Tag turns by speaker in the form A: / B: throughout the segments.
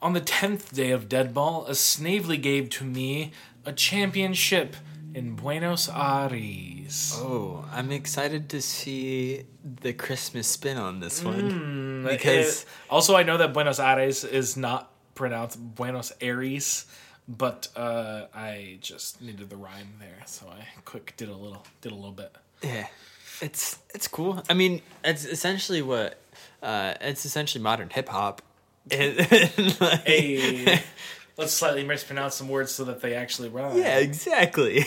A: On the tenth day of Deadball, a Snavely gave to me a championship in Buenos Aires.
B: Oh, I'm excited to see the Christmas spin on this one because
A: It- also, I know that Buenos Aires is not pronounced Buenos Aires, but uh, I just needed the rhyme there, so I quick did a little, did a little bit.
B: yeah, it's it's cool. I mean, it's essentially what uh, it's essentially modern hip hop.
A: Hey, let's slightly mispronounce some words so that they actually rhyme.
B: Yeah, exactly.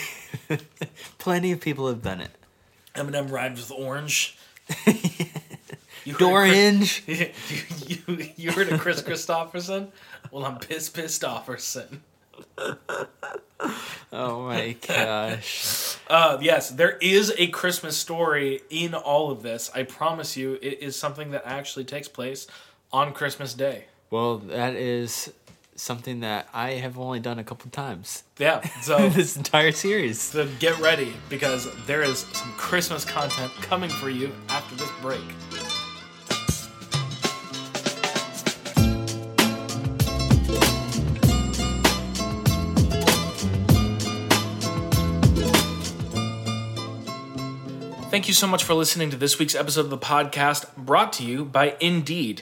B: Plenty of people have done it.
A: Eminem rhymes with orange. you heard of
B: Dorange.
A: Chris- you, you, you heard of Chris Christopherson? Well, I'm piss Christopherson.
B: Oh my gosh.
A: Uh, yes, there is a Christmas story in all of this. I promise you, it is something that actually takes place on Christmas Day.
B: Well, that is something that I have only done a couple times
A: Yeah, so
B: this entire series.
A: so get ready because there is some Christmas content coming for you after this break. Thank you so much for listening to this week's episode of the podcast brought to you by Indeed.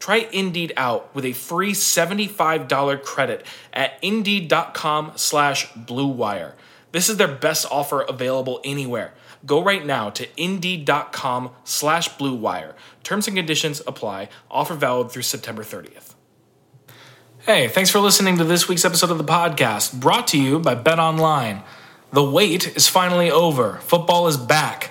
A: Try Indeed out with a free $75 credit at indeed.com slash bluewire. This is their best offer available anywhere. Go right now to indeed.com slash bluewire. Terms and conditions apply. Offer valid through September 30th. Hey, thanks for listening to this week's episode of the podcast, brought to you by Bet Online. The wait is finally over. Football is back.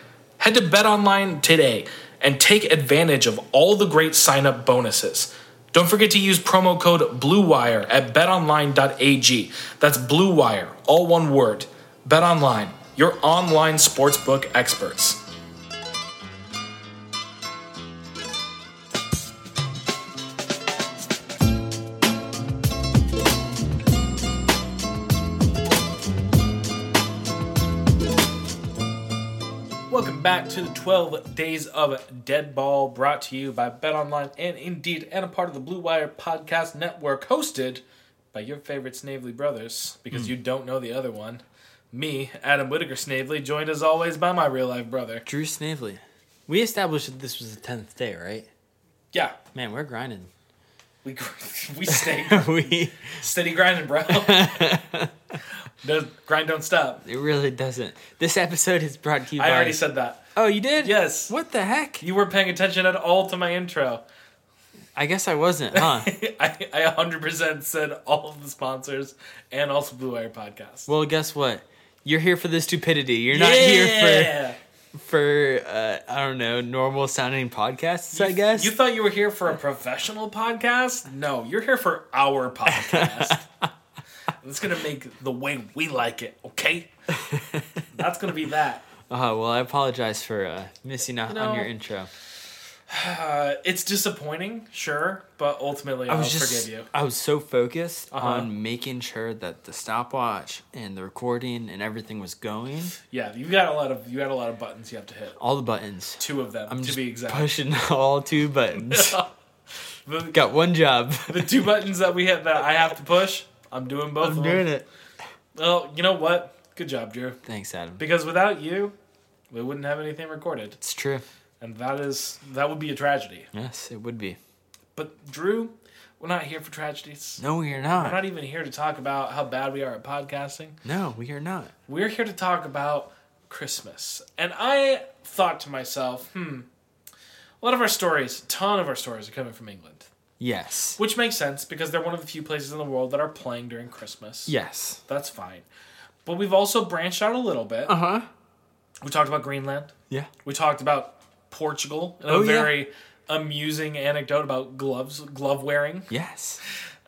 A: Head to BetOnline today and take advantage of all the great sign up bonuses. Don't forget to use promo code BLUEWIRE at betonline.ag. That's BLUEWIRE, all one word. BetOnline, your online sportsbook experts. Welcome back to the 12 Days of Deadball, brought to you by BetOnline and Indeed, and a part of the Blue Wire Podcast Network, hosted by your favorite Snavely brothers, because you don't know the other one. Me, Adam Whitaker Snavely, joined as always by my real life brother.
B: Drew Snavely. We established that this was the 10th day, right?
A: Yeah,
B: Man, we're grinding.
A: we gr- we stay
B: we
A: steady grinding, bro. the grind don't stop.
B: it really doesn't. This episode is brought to you
A: I
B: by
A: already said that.
B: Oh, you did?
A: Yes,
B: What the heck?
A: you weren't paying attention at all to my intro.
B: I guess I wasn't, huh?
A: I, I 100% said all of the sponsors and also Blue Wire Podcast.
B: well, guess what? you're here for the stupidity. You're not here for for uh, I don't know normal sounding podcasts. I guess
A: You thought you were here for a professional podcast? No, you're here for our podcast. it's gonna make it the way we like it, okay? That's gonna be that.
B: Uh, well, I apologize for uh, missing out
A: know,
B: on your intro.
A: Uh, it's disappointing, sure, but ultimately I Uh-huh.
B: I
A: will
B: was just,
A: forgive you.
B: I was so focused on making sure that the stopwatch and the recording and everything was going.
A: Yeah, you got a lot of you got a lot of buttons you have to hit.
B: All the buttons.
A: Two of them,
B: I'm
A: to
B: just
A: be exact.
B: pushing all two buttons.
A: the,
B: Got one job.
A: the two buttons that we hit that I have to push, I'm doing both
B: I'm
A: of
B: doing
A: them.
B: it.
A: Well, you know what? Good job, Drew.
B: Thanks, Adam.
A: Because without you, we wouldn't have anything recorded.
B: It's true.
A: And that is that would be a tragedy.
B: Yes, it would be.
A: But Drew, we're not here for tragedies.
B: No, we are
A: We're
B: not.
A: not even here to talk about how bad we are at podcasting.
B: No, we are not.
A: We're here to talk about Christmas. And I thought to myself, hmm, a lot of our stories, a ton of our stories are coming from England.
B: Yes.
A: Which makes sense because they're one of the few places in the world that are playing during Christmas.
B: Yes.
A: That's fine. But we've also branched out a little bit.
B: Uh huh.
A: We talked about Greenland.
B: Yeah.
A: We talked about Portugal in a
B: Oh, yeah.
A: very amusing anecdote about gloves, glove wearing.
B: Yes.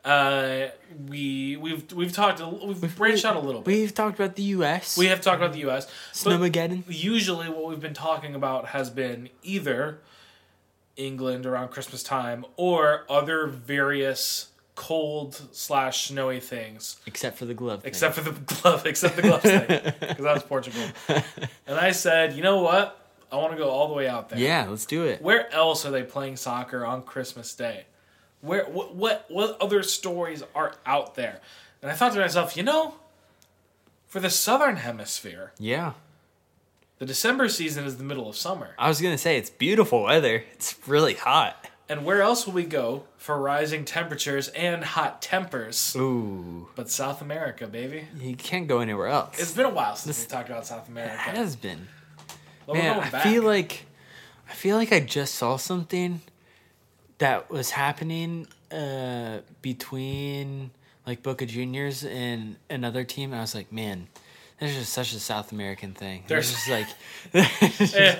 A: Uh, we we've we've talked a- we've branched out a little bit.
B: We've talked about the U.S.
A: We have talked about the U.S. but
B: Snowmageddon.
A: usually what we've been talking about has been either England around Christmas time or other various cold slash snowy things.
B: Except for the glove. thing.
A: Except for the glove, except the gloves thing, because that was Portugal. And I said, you know what? I want to go all the way out there.
B: Yeah, let's do it.
A: Where else are they playing soccer on Christmas Day? Where what what what other stories are out there? And I thought to myself, you know, for the southern hemisphere,
B: Yeah.
A: the December season is the middle of summer.
B: I was gonna say it's beautiful weather. It's really hot.
A: And where else will we go for rising temperatures and hot tempers?
B: Ooh.
A: But South America, baby.
B: You can't go anywhere else.
A: It's been a while since we
B: This-
A: talked about South America.
B: it has been.
A: But we're
B: Man,
A: going
B: I
A: back.
B: feel like I feel like I just saw something that was happening uh, between like Boca Juniors and another team. And I was like, man, that's just such a South American thing. There's
A: There's-
B: just like,
A: Eh, eh,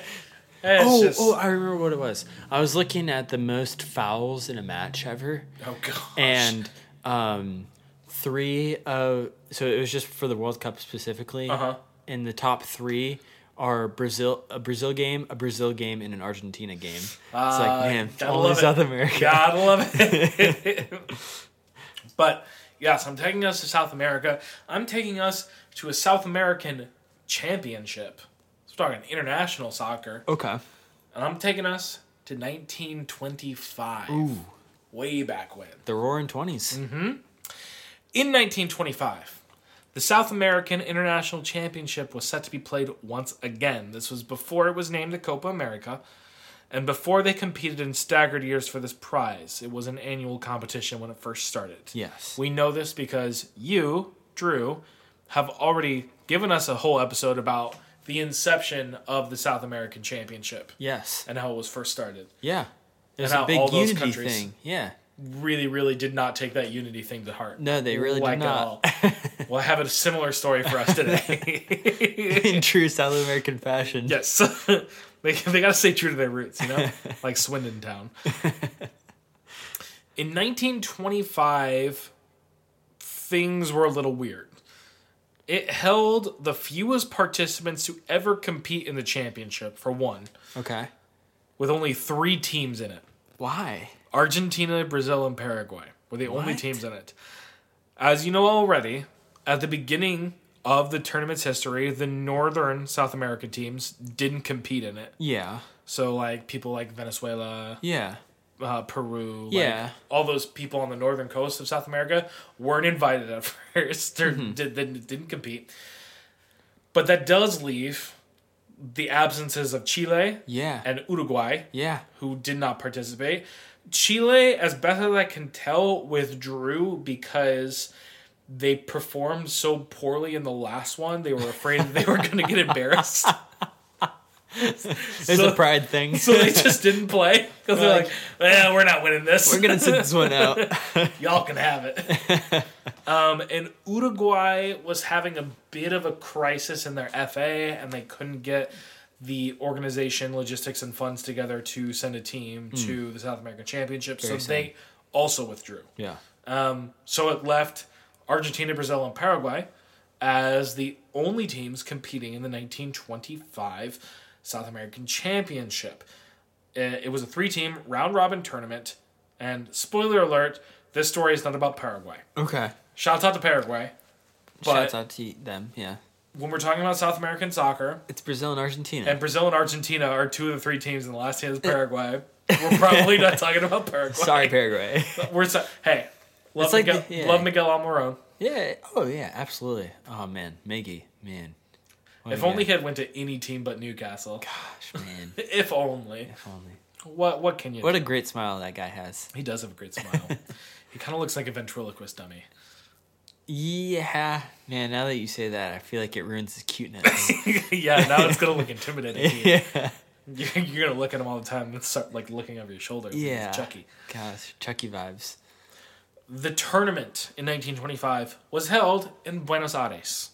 A: it's
B: oh,
A: just-
B: oh, I remember what it was. I was looking at the most fouls in a match ever.
A: oh gosh.
B: and um, three of so it was just for the World Cup specifically.
A: Uh-huh.
B: And the top three are Brazil, a Brazil game, a Brazil game, and an Argentina game. it's
A: Uh,
B: like man,
A: gotta
B: only
A: love it.
B: South America.
A: God love it. but yes, I'm taking us to South America. I'm taking us to a South American championship. So we're talking international soccer.
B: Okay.
A: And I'm taking us to 1925. Way back when.
B: The Roaring 20s
A: Mm-hmm. In 1925, the South American International Championship was set to be played once again. This was before it was named the Copa America and before they competed in staggered years for this prize. It was an annual competition when it first started.
B: Yes.
A: We know this because you, Drew, have already given us a whole episode about the inception of the South American Championship
B: Yes.
A: and how it was first started.
B: Yeah. It was
A: And
B: a
A: how
B: big
A: all those
B: unity
A: countries-
B: thing. Yeah.
A: really, really did not take that unity thing to heart.
B: No, they really did not.
A: At all. well, I have a similar story for us today.
B: In true South American fashion.
A: yes, they they got to stay true to their roots, you know, like Swindon Town. In 1925, things were a little weird. It held the fewest participants to ever compete in the championship, for one,
B: Okay.
A: with only three teams in it.
B: Why?
A: Argentina, Brazil, and Paraguay were the only
B: What?
A: teams in it. As you know already, at the beginning of the tournament's history, the northern South America teams didn't compete in it.
B: Yeah.
A: So, like people like Venezuela,
B: Yeah.
A: uh, Peru, like,
B: Yeah.
A: all those people on the northern coast of South America weren't invited at first or
B: Mm-hmm.
A: did, didn't, didn't compete. But that does leave the absences of Chile
B: Yeah.
A: and Uruguay
B: yeah.
A: who did not participate. Chile, as best as I can tell, withdrew because they performed so poorly in the last one. They were afraid that they were going to get embarrassed,
B: It's
A: So-
B: a pride thing.
A: so they just didn't play because they're
B: They're
A: like, "Well, we're not winning this.
B: We're gonna sit this one out.
A: Y'all can have it." Um, and Uruguay was having a bit of a crisis in their FA, and they couldn't get the organization, logistics, and funds together to send a team to the South American Championship. so
B: Hmm. Very sad.
A: they also withdrew.
B: Yeah.
A: Um, so it left Argentina, Brazil, and Paraguay as the only teams competing in the 1925 South American Championship. Uh, It was a three team round robin tournament. And spoiler alert, this story is not about Paraguay.
B: Okay.
A: Shouts out to Paraguay. But
B: Shouts out to them. Yeah.
A: when we're talking about South American soccer,
B: It's Brazil and Argentina.
A: and Brazil and Argentina are two of the three teams, and the last team is Paraguay. We're probably not talking about Paraguay.
B: Sorry, Paraguay.
A: We're so- hey, love,
B: It's like
A: Miguel,
B: the- yeah.
A: love Miguel Almiron.
B: yeah. Oh yeah. Absolutely. Oh man, Miggy, man. What
A: If
B: a
A: only
B: guy.
A: he had went to any team but Newcastle.
B: Gosh, man.
A: If only.
B: If only.
A: What what can you
B: What
A: do?
B: a great smile that guy has.
A: he does have a great smile. he kind of looks like a ventriloquist dummy.
B: Yeah, man. Now that you say that, I feel like it ruins his cuteness.
A: yeah, now it's gonna look intimidating. to you.
B: yeah.
A: You're, you're gonna look at him all the time and start like looking over your shoulder. It's
B: Yeah.
A: Chucky.
B: Gosh, Chucky vibes.
A: The tournament in 1925 was held in Buenos Aires.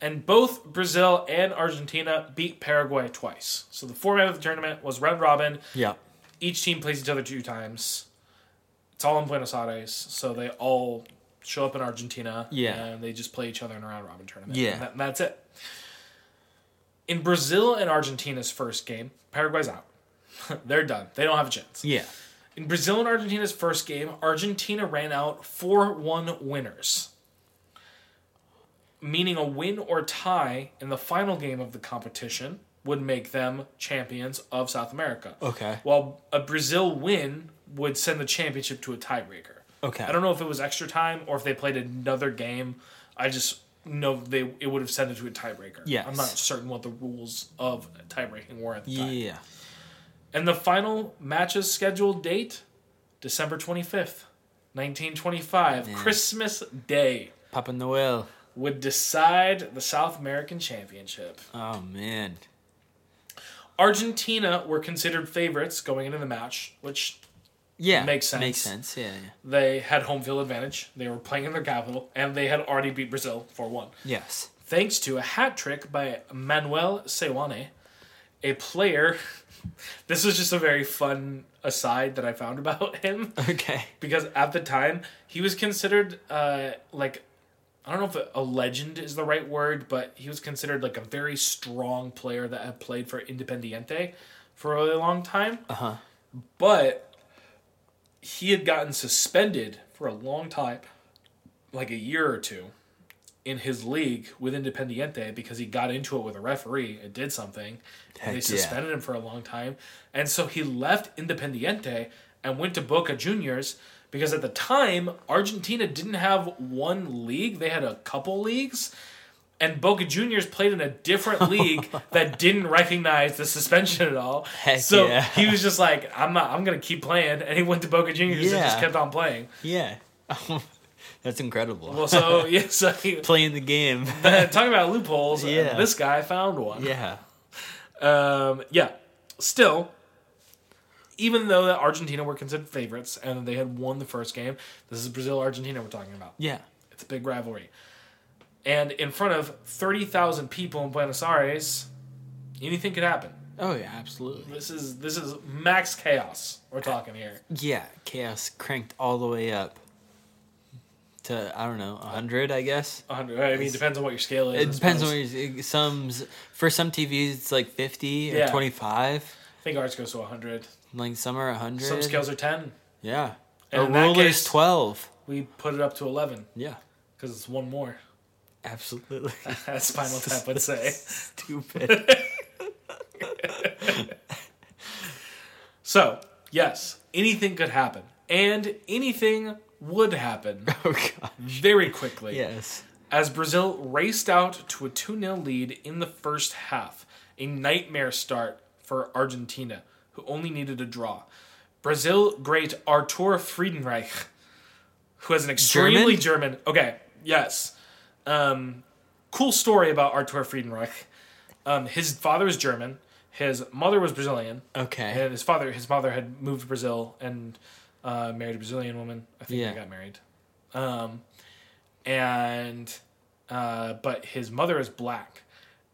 A: And both Brazil and Argentina beat Paraguay twice. So the format of the tournament was round robin.
B: Yeah.
A: Each team plays each other two times. It's all in Buenos Aires, so they all show up in Argentina.
B: Yeah.
A: And they just play each other in a round robin tournament.
B: Yeah.
A: And that- that's it. In Brazil and Argentina's first game, Paraguay's out. They're done. They don't have a chance.
B: Yeah.
A: In Brazil and Argentina's first game, Argentina ran out 4 1 winners, meaning a win or tie in the final game of the competition would make them champions of South America.
B: Okay.
A: While a Brazil win would send the championship to a tiebreaker.
B: Okay.
A: I don't know if it was extra time or if they played another game. I just know they it would have sent it to a tiebreaker.
B: Yes.
A: I'm not certain what the rules of tiebreaking were at the time.
B: Yeah.
A: And the final match's scheduled date, December 25th, 1925, Christmas Day,
B: Papa Noel.
A: would decide the South American Championship.
B: Oh man.
A: Argentina were considered favorites going into the match, which
B: Yeah.
A: Makes sense.
B: Makes sense. Yeah. yeah.
A: they had home field advantage. They were playing in their capital, and they had already beat Brazil 4 1.
B: Yes.
A: thanks to a hat trick by Manuel Sewane, a player. This was just a very fun aside that I found about him.
B: Okay.
A: because at the time he was considered uh, like I don't know if a- a legend is the right word, but he was considered like a very strong player that had played for Independiente for a really long time. Uh huh. But he had gotten suspended for a long time, like a year or two, in his league with Independiente because he got into it with a referee and did something.
B: Heck
A: and they
B: yeah.
A: suspended him for a long time. And so he left Independiente and went to Boca Juniors because at the time Argentina didn't have one league, they had a couple leagues. And Boca Juniors played in a different league that didn't recognize the suspension at all.
B: Heck
A: so
B: yeah.
A: he was just like, "I'm not. I'm gonna keep playing." And he went to Boca Juniors and just
B: Yeah.
A: kept on playing.
B: Yeah. That's incredible.
A: Well, so yeah, so he,
B: Playing the game.
A: talking about loopholes, uh,
B: Yeah.
A: this guy found one.
B: yeah.
A: Um, yeah. Still, even though that Argentina were considered favorites and they had won the first game, this is Brazil Argentina we're talking about.
B: Yeah.
A: It's a big rivalry. And in front of 30,000 people in Buenos Aires, anything could happen.
B: Oh yeah, absolutely.
A: This is this is max chaos we're talking here.
B: Yeah, chaos cranked all the way up to I don't know, 100, I guess.
A: 100. I mean, it depends on what your scale is.
B: It
A: I
B: depends on
A: suppose.
B: where you some for some TVs it's like 50 or
A: Yeah.
B: 25,
A: I think ours goes to 100.
B: like some are 100.
A: Some scales are 10.
B: Yeah.
A: And
B: A
A: in that
B: ruler's
A: case-
B: 12.
A: We put it up to 11
B: Yeah.
A: because it's one more,
B: Absolutely.
A: as Spinal Tap would say.
B: Stupid.
A: So, yes, anything could happen. And anything would happen
B: oh god.
A: very quickly
B: Yes.
A: as Brazil raced out to a 2 0 lead in the first half. A nightmare start for Argentina, who only needed a draw. Brazil great Artur Friedenreich, who has an extremely German. okay, yes. Um, cool story about Artur Friedenreich. Um, his father was German, his mother was Brazilian
B: Okay.
A: and his father his father had moved to Brazil and uh, married a Brazilian woman. I think
B: Yeah.
A: they got married. Um, and uh, but his mother is black,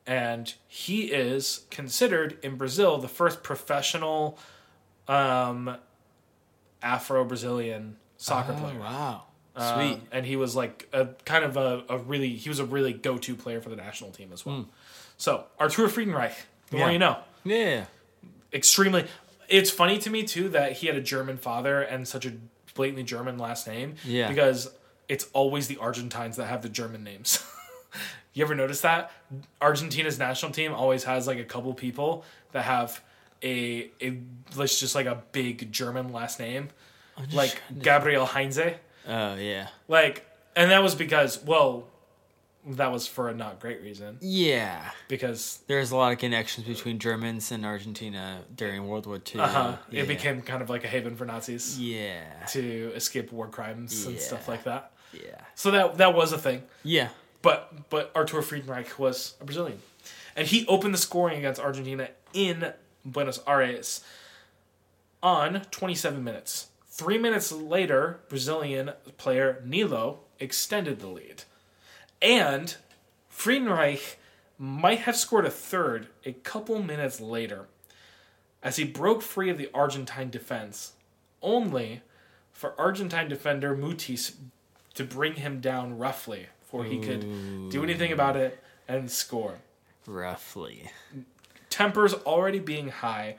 A: and he is considered in Brazil the first professional um, Afro Brazilian soccer
B: Oh,
A: player.
B: wow.
A: Uh,
B: Sweet.
A: and he was like a kind of a, a really he was a really go to player for the national team as well. So Artur Friedenreich, the more
B: Hmm. Yeah.
A: you know,
B: Yeah.
A: extremely. It's funny to me too that he had a German father and such a blatantly German last name.
B: Yeah.
A: because it's always the Argentines that have the German names. you ever notice that Argentina's national team always has like a couple people that have a a let's just like a big German last name, like Gabriel Heinze.
B: Oh yeah.
A: Like, and that was because, well, that was for a not great reason.
B: Yeah.
A: Because
B: There's a lot of connections between Germans and Argentina during World War II.
A: uh,
B: Oh, yeah.
A: it became kind of like a haven for Nazis
B: Yeah.
A: to escape war crimes and stuff
B: Yeah.
A: like that.
B: Yeah.
A: So that that was a thing.
B: Yeah.
A: But but Artur Friedenreich was a Brazilian, and he opened the scoring against Argentina in Buenos Aires on 27 minutes. Three minutes later, Brazilian player Nilo extended the lead, and Friedenreich might have scored a third a couple minutes later, as he broke free of the Argentine defense, only for Argentine defender Mutis to bring him down roughly before he could do anything about it and score.
B: Roughly.
A: Tempers already being high,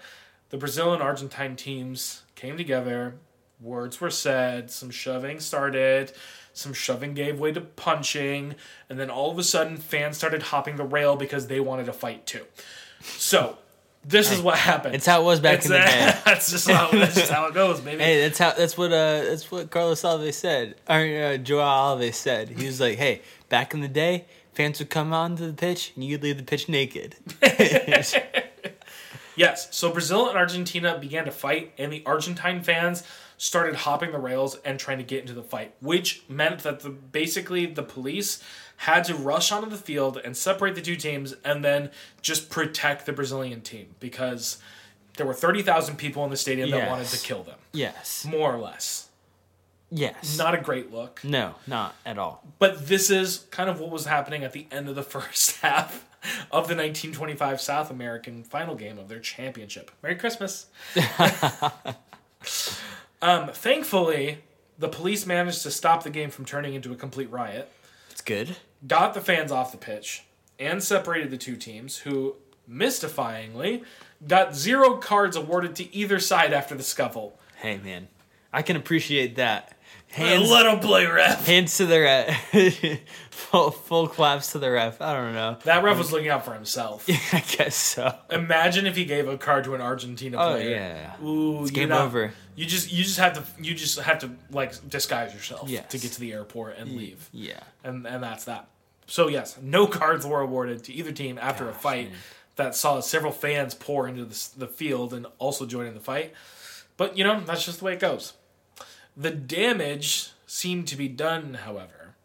A: the Brazil and Argentine teams came together. Words were said, some shoving started, some shoving gave way to punching, and then all of a sudden, fans started hopping the rail because they wanted to fight too. So, this is what happened.
B: It's how it was back
A: It's-
B: in the day.
A: that's, just how, that's just how it goes, baby.
B: Hey, that's how. That's what. Uh, that's what Carlos Alves said. Or uh, Joao Alves said. He was like, "Hey, back in the day, fans would come onto the pitch, and you could leave the pitch naked."
A: Yes, so Brazil and Argentina began to fight, and the Argentine fans started hopping the rails and trying to get into the fight, which meant that the basically the police had to rush onto the field and separate the two teams, and then just protect the Brazilian team because there were thirty thousand people in the stadium that
B: Yes.
A: wanted to kill them,
B: yes.
A: more or less.
B: Yes.
A: Not a great look,
B: no, not at all.
A: but this is kind of what was happening at the end of the first half of the 1925 South American final game of their championship. Merry Christmas. um, thankfully, the police managed to stop the game from turning into a complete riot,
B: It's good.
A: got the fans off the pitch, and separated the two teams, who, mystifyingly, got zero cards awarded to either side after the scuffle.
B: Hey, man, I can appreciate that. Hands,
A: Let 'em play ref.
B: hands to the ref. full, full claps to the ref. I don't know.
A: That ref was looking out for himself.
B: I guess so.
A: Imagine if he gave a card to an Argentina
B: Oh
A: player.
B: yeah.
A: Ooh, you
B: game
A: know,
B: over.
A: You just you just have to you just have to like disguise yourself
B: Yes.
A: to get to the airport and leave,
B: Yeah.
A: and and that's that. So yes, no cards were awarded to either team after a fight that saw several fans pour into the, s- the field and also joining the fight. But you know that's just the way it goes. The damage seemed to be done, however,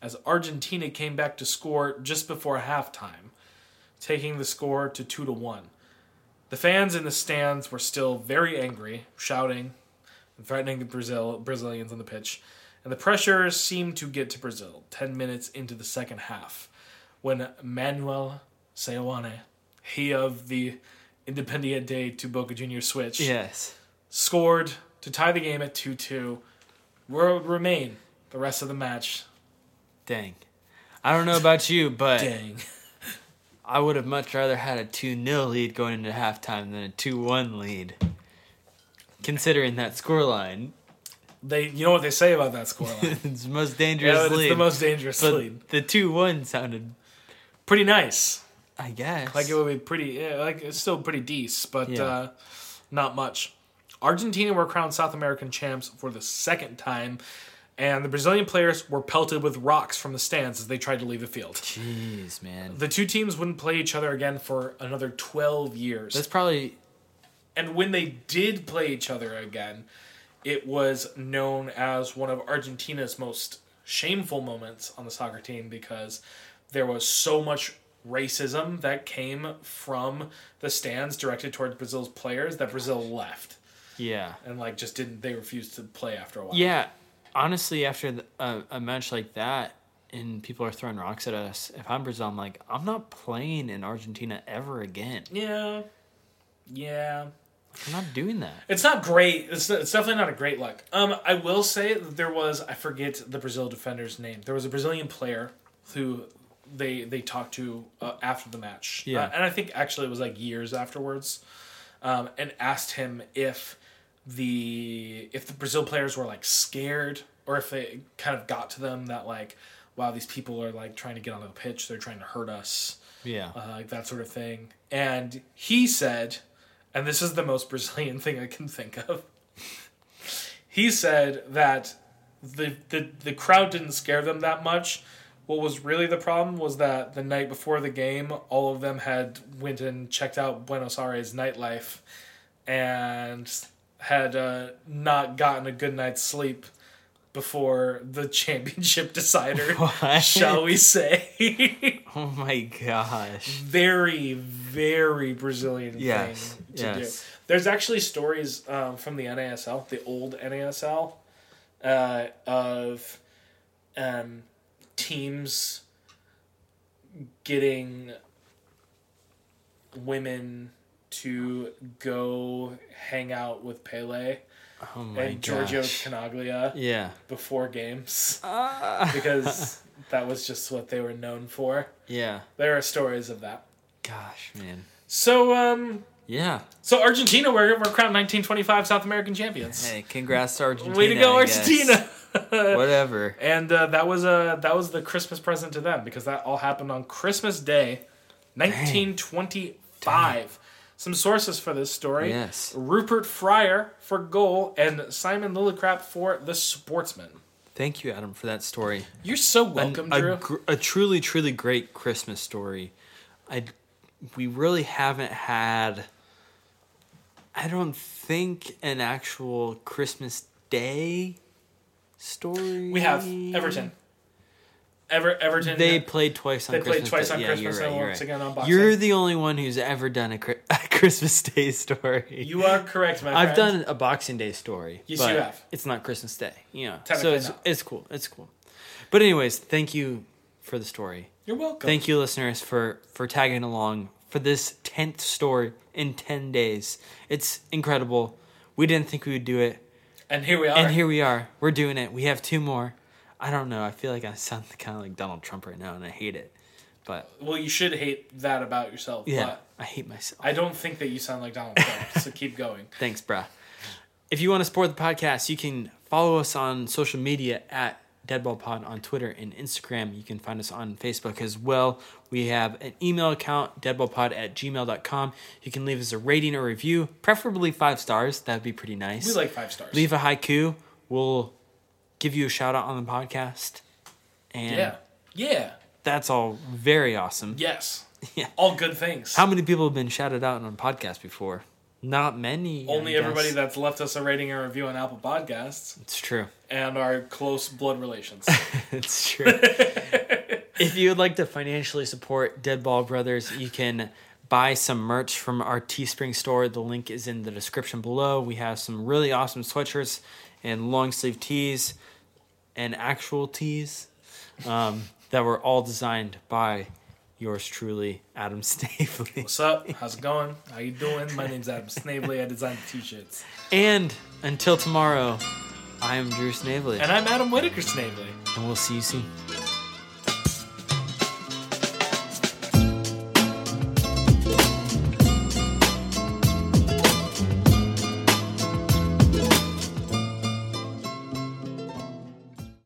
A: as Argentina came back to score just before halftime, taking the score to two to one. The fans in the stands were still very angry, shouting and threatening the Brazil Brazilians on the pitch, and the pressure seemed to get to Brazil 10 minutes into the second half when Manuel Seoane, he of the Independiente to Boca Juniors switch,
B: Yes.
A: scored to tie the game at 2 2, will remain the rest of the match.
B: Dang. I don't know about you, but
A: Dang.
B: I would have much rather had a 2 0 lead going into halftime than a 2 1 lead, considering that scoreline.
A: They, you know what they say about that scoreline.
B: it's the most dangerous
A: yeah, it's
B: lead.
A: the most dangerous
B: but
A: lead.
B: The 2 1 sounded,
A: Pretty nice.
B: I guess.
A: Like it would be pretty, yeah, like it's still pretty decent, but
B: Yeah.
A: uh, not much. Argentina were crowned South American champs for the second time, and the Brazilian players were pelted with rocks from the stands as they tried to leave the field.
B: Jeez, man.
A: The two teams wouldn't play each other again for another 12 years.
B: That's probably.
A: and when they did play each other again, it was known as one of Argentina's most shameful moments on the soccer team because there was so much racism that came from the stands directed towards Brazil's players that Brazil left
B: Yeah.
A: and like just didn't they refused to play after a while.
B: Yeah. honestly, after the, a, a match like that, and people are throwing rocks at us, if I'm Brazil, I'm like, I'm not playing in Argentina ever again.
A: Yeah. Yeah.
B: I'm not doing that.
A: It's not great. It's, it's definitely not a great look. Um, I will say that there was I forget the Brazil defender's name. There was a Brazilian player who they they talked to uh, after the match.
B: Yeah.
A: Uh, and I think actually it was like years afterwards, um, and asked him if the if the Brazil players were like scared or if it kind of got to them that like wow these people are like trying to get onto the pitch they're trying to hurt us
B: Yeah.
A: uh, like that sort of thing. And he said, and this is the most Brazilian thing I can think of. he said that the, the the crowd didn't scare them that much. What was really the problem was that the night before the game, all of them had went and checked out Buenos Aires nightlife, and had uh, not gotten a good night's sleep before the championship decider.
B: What?
A: Shall we say?
B: oh my gosh.
A: very very Brazilian
B: Yes,
A: thing to
B: yes.
A: do. There's actually stories um, from the NASL, the old NASL, uh, of um, teams getting women to go hang out with Pele
B: Oh my
A: and
B: gosh.
A: Giorgio Canaglia
B: yeah.
A: before games
B: Ah.
A: because that was just what they were known for.
B: Yeah.
A: There are stories of that.
B: Gosh, man.
A: So, um,
B: Yeah.
A: so Argentina, we're, we're crowned 1925 South American champions.
B: Hey, congrats to Argentina.
A: Way to go,
B: I guess.
A: Argentina!
B: Whatever.
A: and uh, that was uh, that was the Christmas present to them because that all happened on Christmas Day, 1925. Some sources for this story:
B: Yes.
A: Rupert Fryer for goal and Simon Lillicrap for the Sportsman.
B: Thank you, Adam, for that story.
A: You're so
B: An-
A: welcome,
B: a,
A: Drew.
B: gr- a truly, truly great Christmas story. I, we really haven't had. I don't think an actual Christmas Day story.
A: we have Everton. Ever Everton.
B: They played twice on.
A: They played
B: Christmas
A: twice
B: Day.
A: on
B: yeah,
A: Christmas
B: you're
A: and
B: right, you're
A: once
B: right.
A: again on Boxing
B: You're
A: Day.
B: the only one who's ever done a, Chri- a Christmas Day story.
A: you are correct, my friend.
B: I've done a Boxing Day story.
A: Yes,
B: but
A: you have.
B: It's not Christmas Day. Yeah. So
A: Technically
B: it's,
A: not.
B: it's cool. It's cool. But anyways, thank you for the story.
A: You're welcome.
B: Thank you, listeners, for for tagging along for this tenth story in ten days. It's incredible. We didn't think we would do it,
A: And here we are.
B: and here we are. We're doing it. We have two more. I don't know. I feel like I sound kind of like Donald Trump right now, and I hate it. But
A: Well, you should hate that about yourself.
B: yeah,
A: But
B: I hate myself.
A: I don't think that you sound like Donald Trump, so keep going.
B: Thanks, bruh. If you want to support the podcast, you can follow us on social media at DeadballPod on Twitter and Instagram. You can find us on Facebook as well. We have an email account, deadballpod at gmail.com. You can leave us a rating or review, preferably five stars. That'd be pretty nice.
A: We like five stars.
B: leave a haiku. We'll give you a shout out on the podcast. And
A: yeah. Yeah.
B: that's all very awesome.
A: Yes.
B: Yeah.
A: All good things.
B: How many people have been shouted out on a podcast before? Not many. I
A: Only everybody
B: guess.
A: that's left us a rating and review on Apple Podcasts
B: It's true.
A: and our close blood relations.
B: It's true. if you would like to financially support Deadball Brothers, you can buy some merch from our Teespring store. The link is in the description below. We have some really awesome sweatshirts and long sleeve tees and actual tees um, that were all designed by yours truly, Adam Snavely.
A: What's up? How's it going? How you doing? My name's Adam Snavely. I designed the t-shirts.
B: And until tomorrow, I am Drew Snavely,
A: And I'm Adam Whitaker Snavely.
B: and we'll see you soon.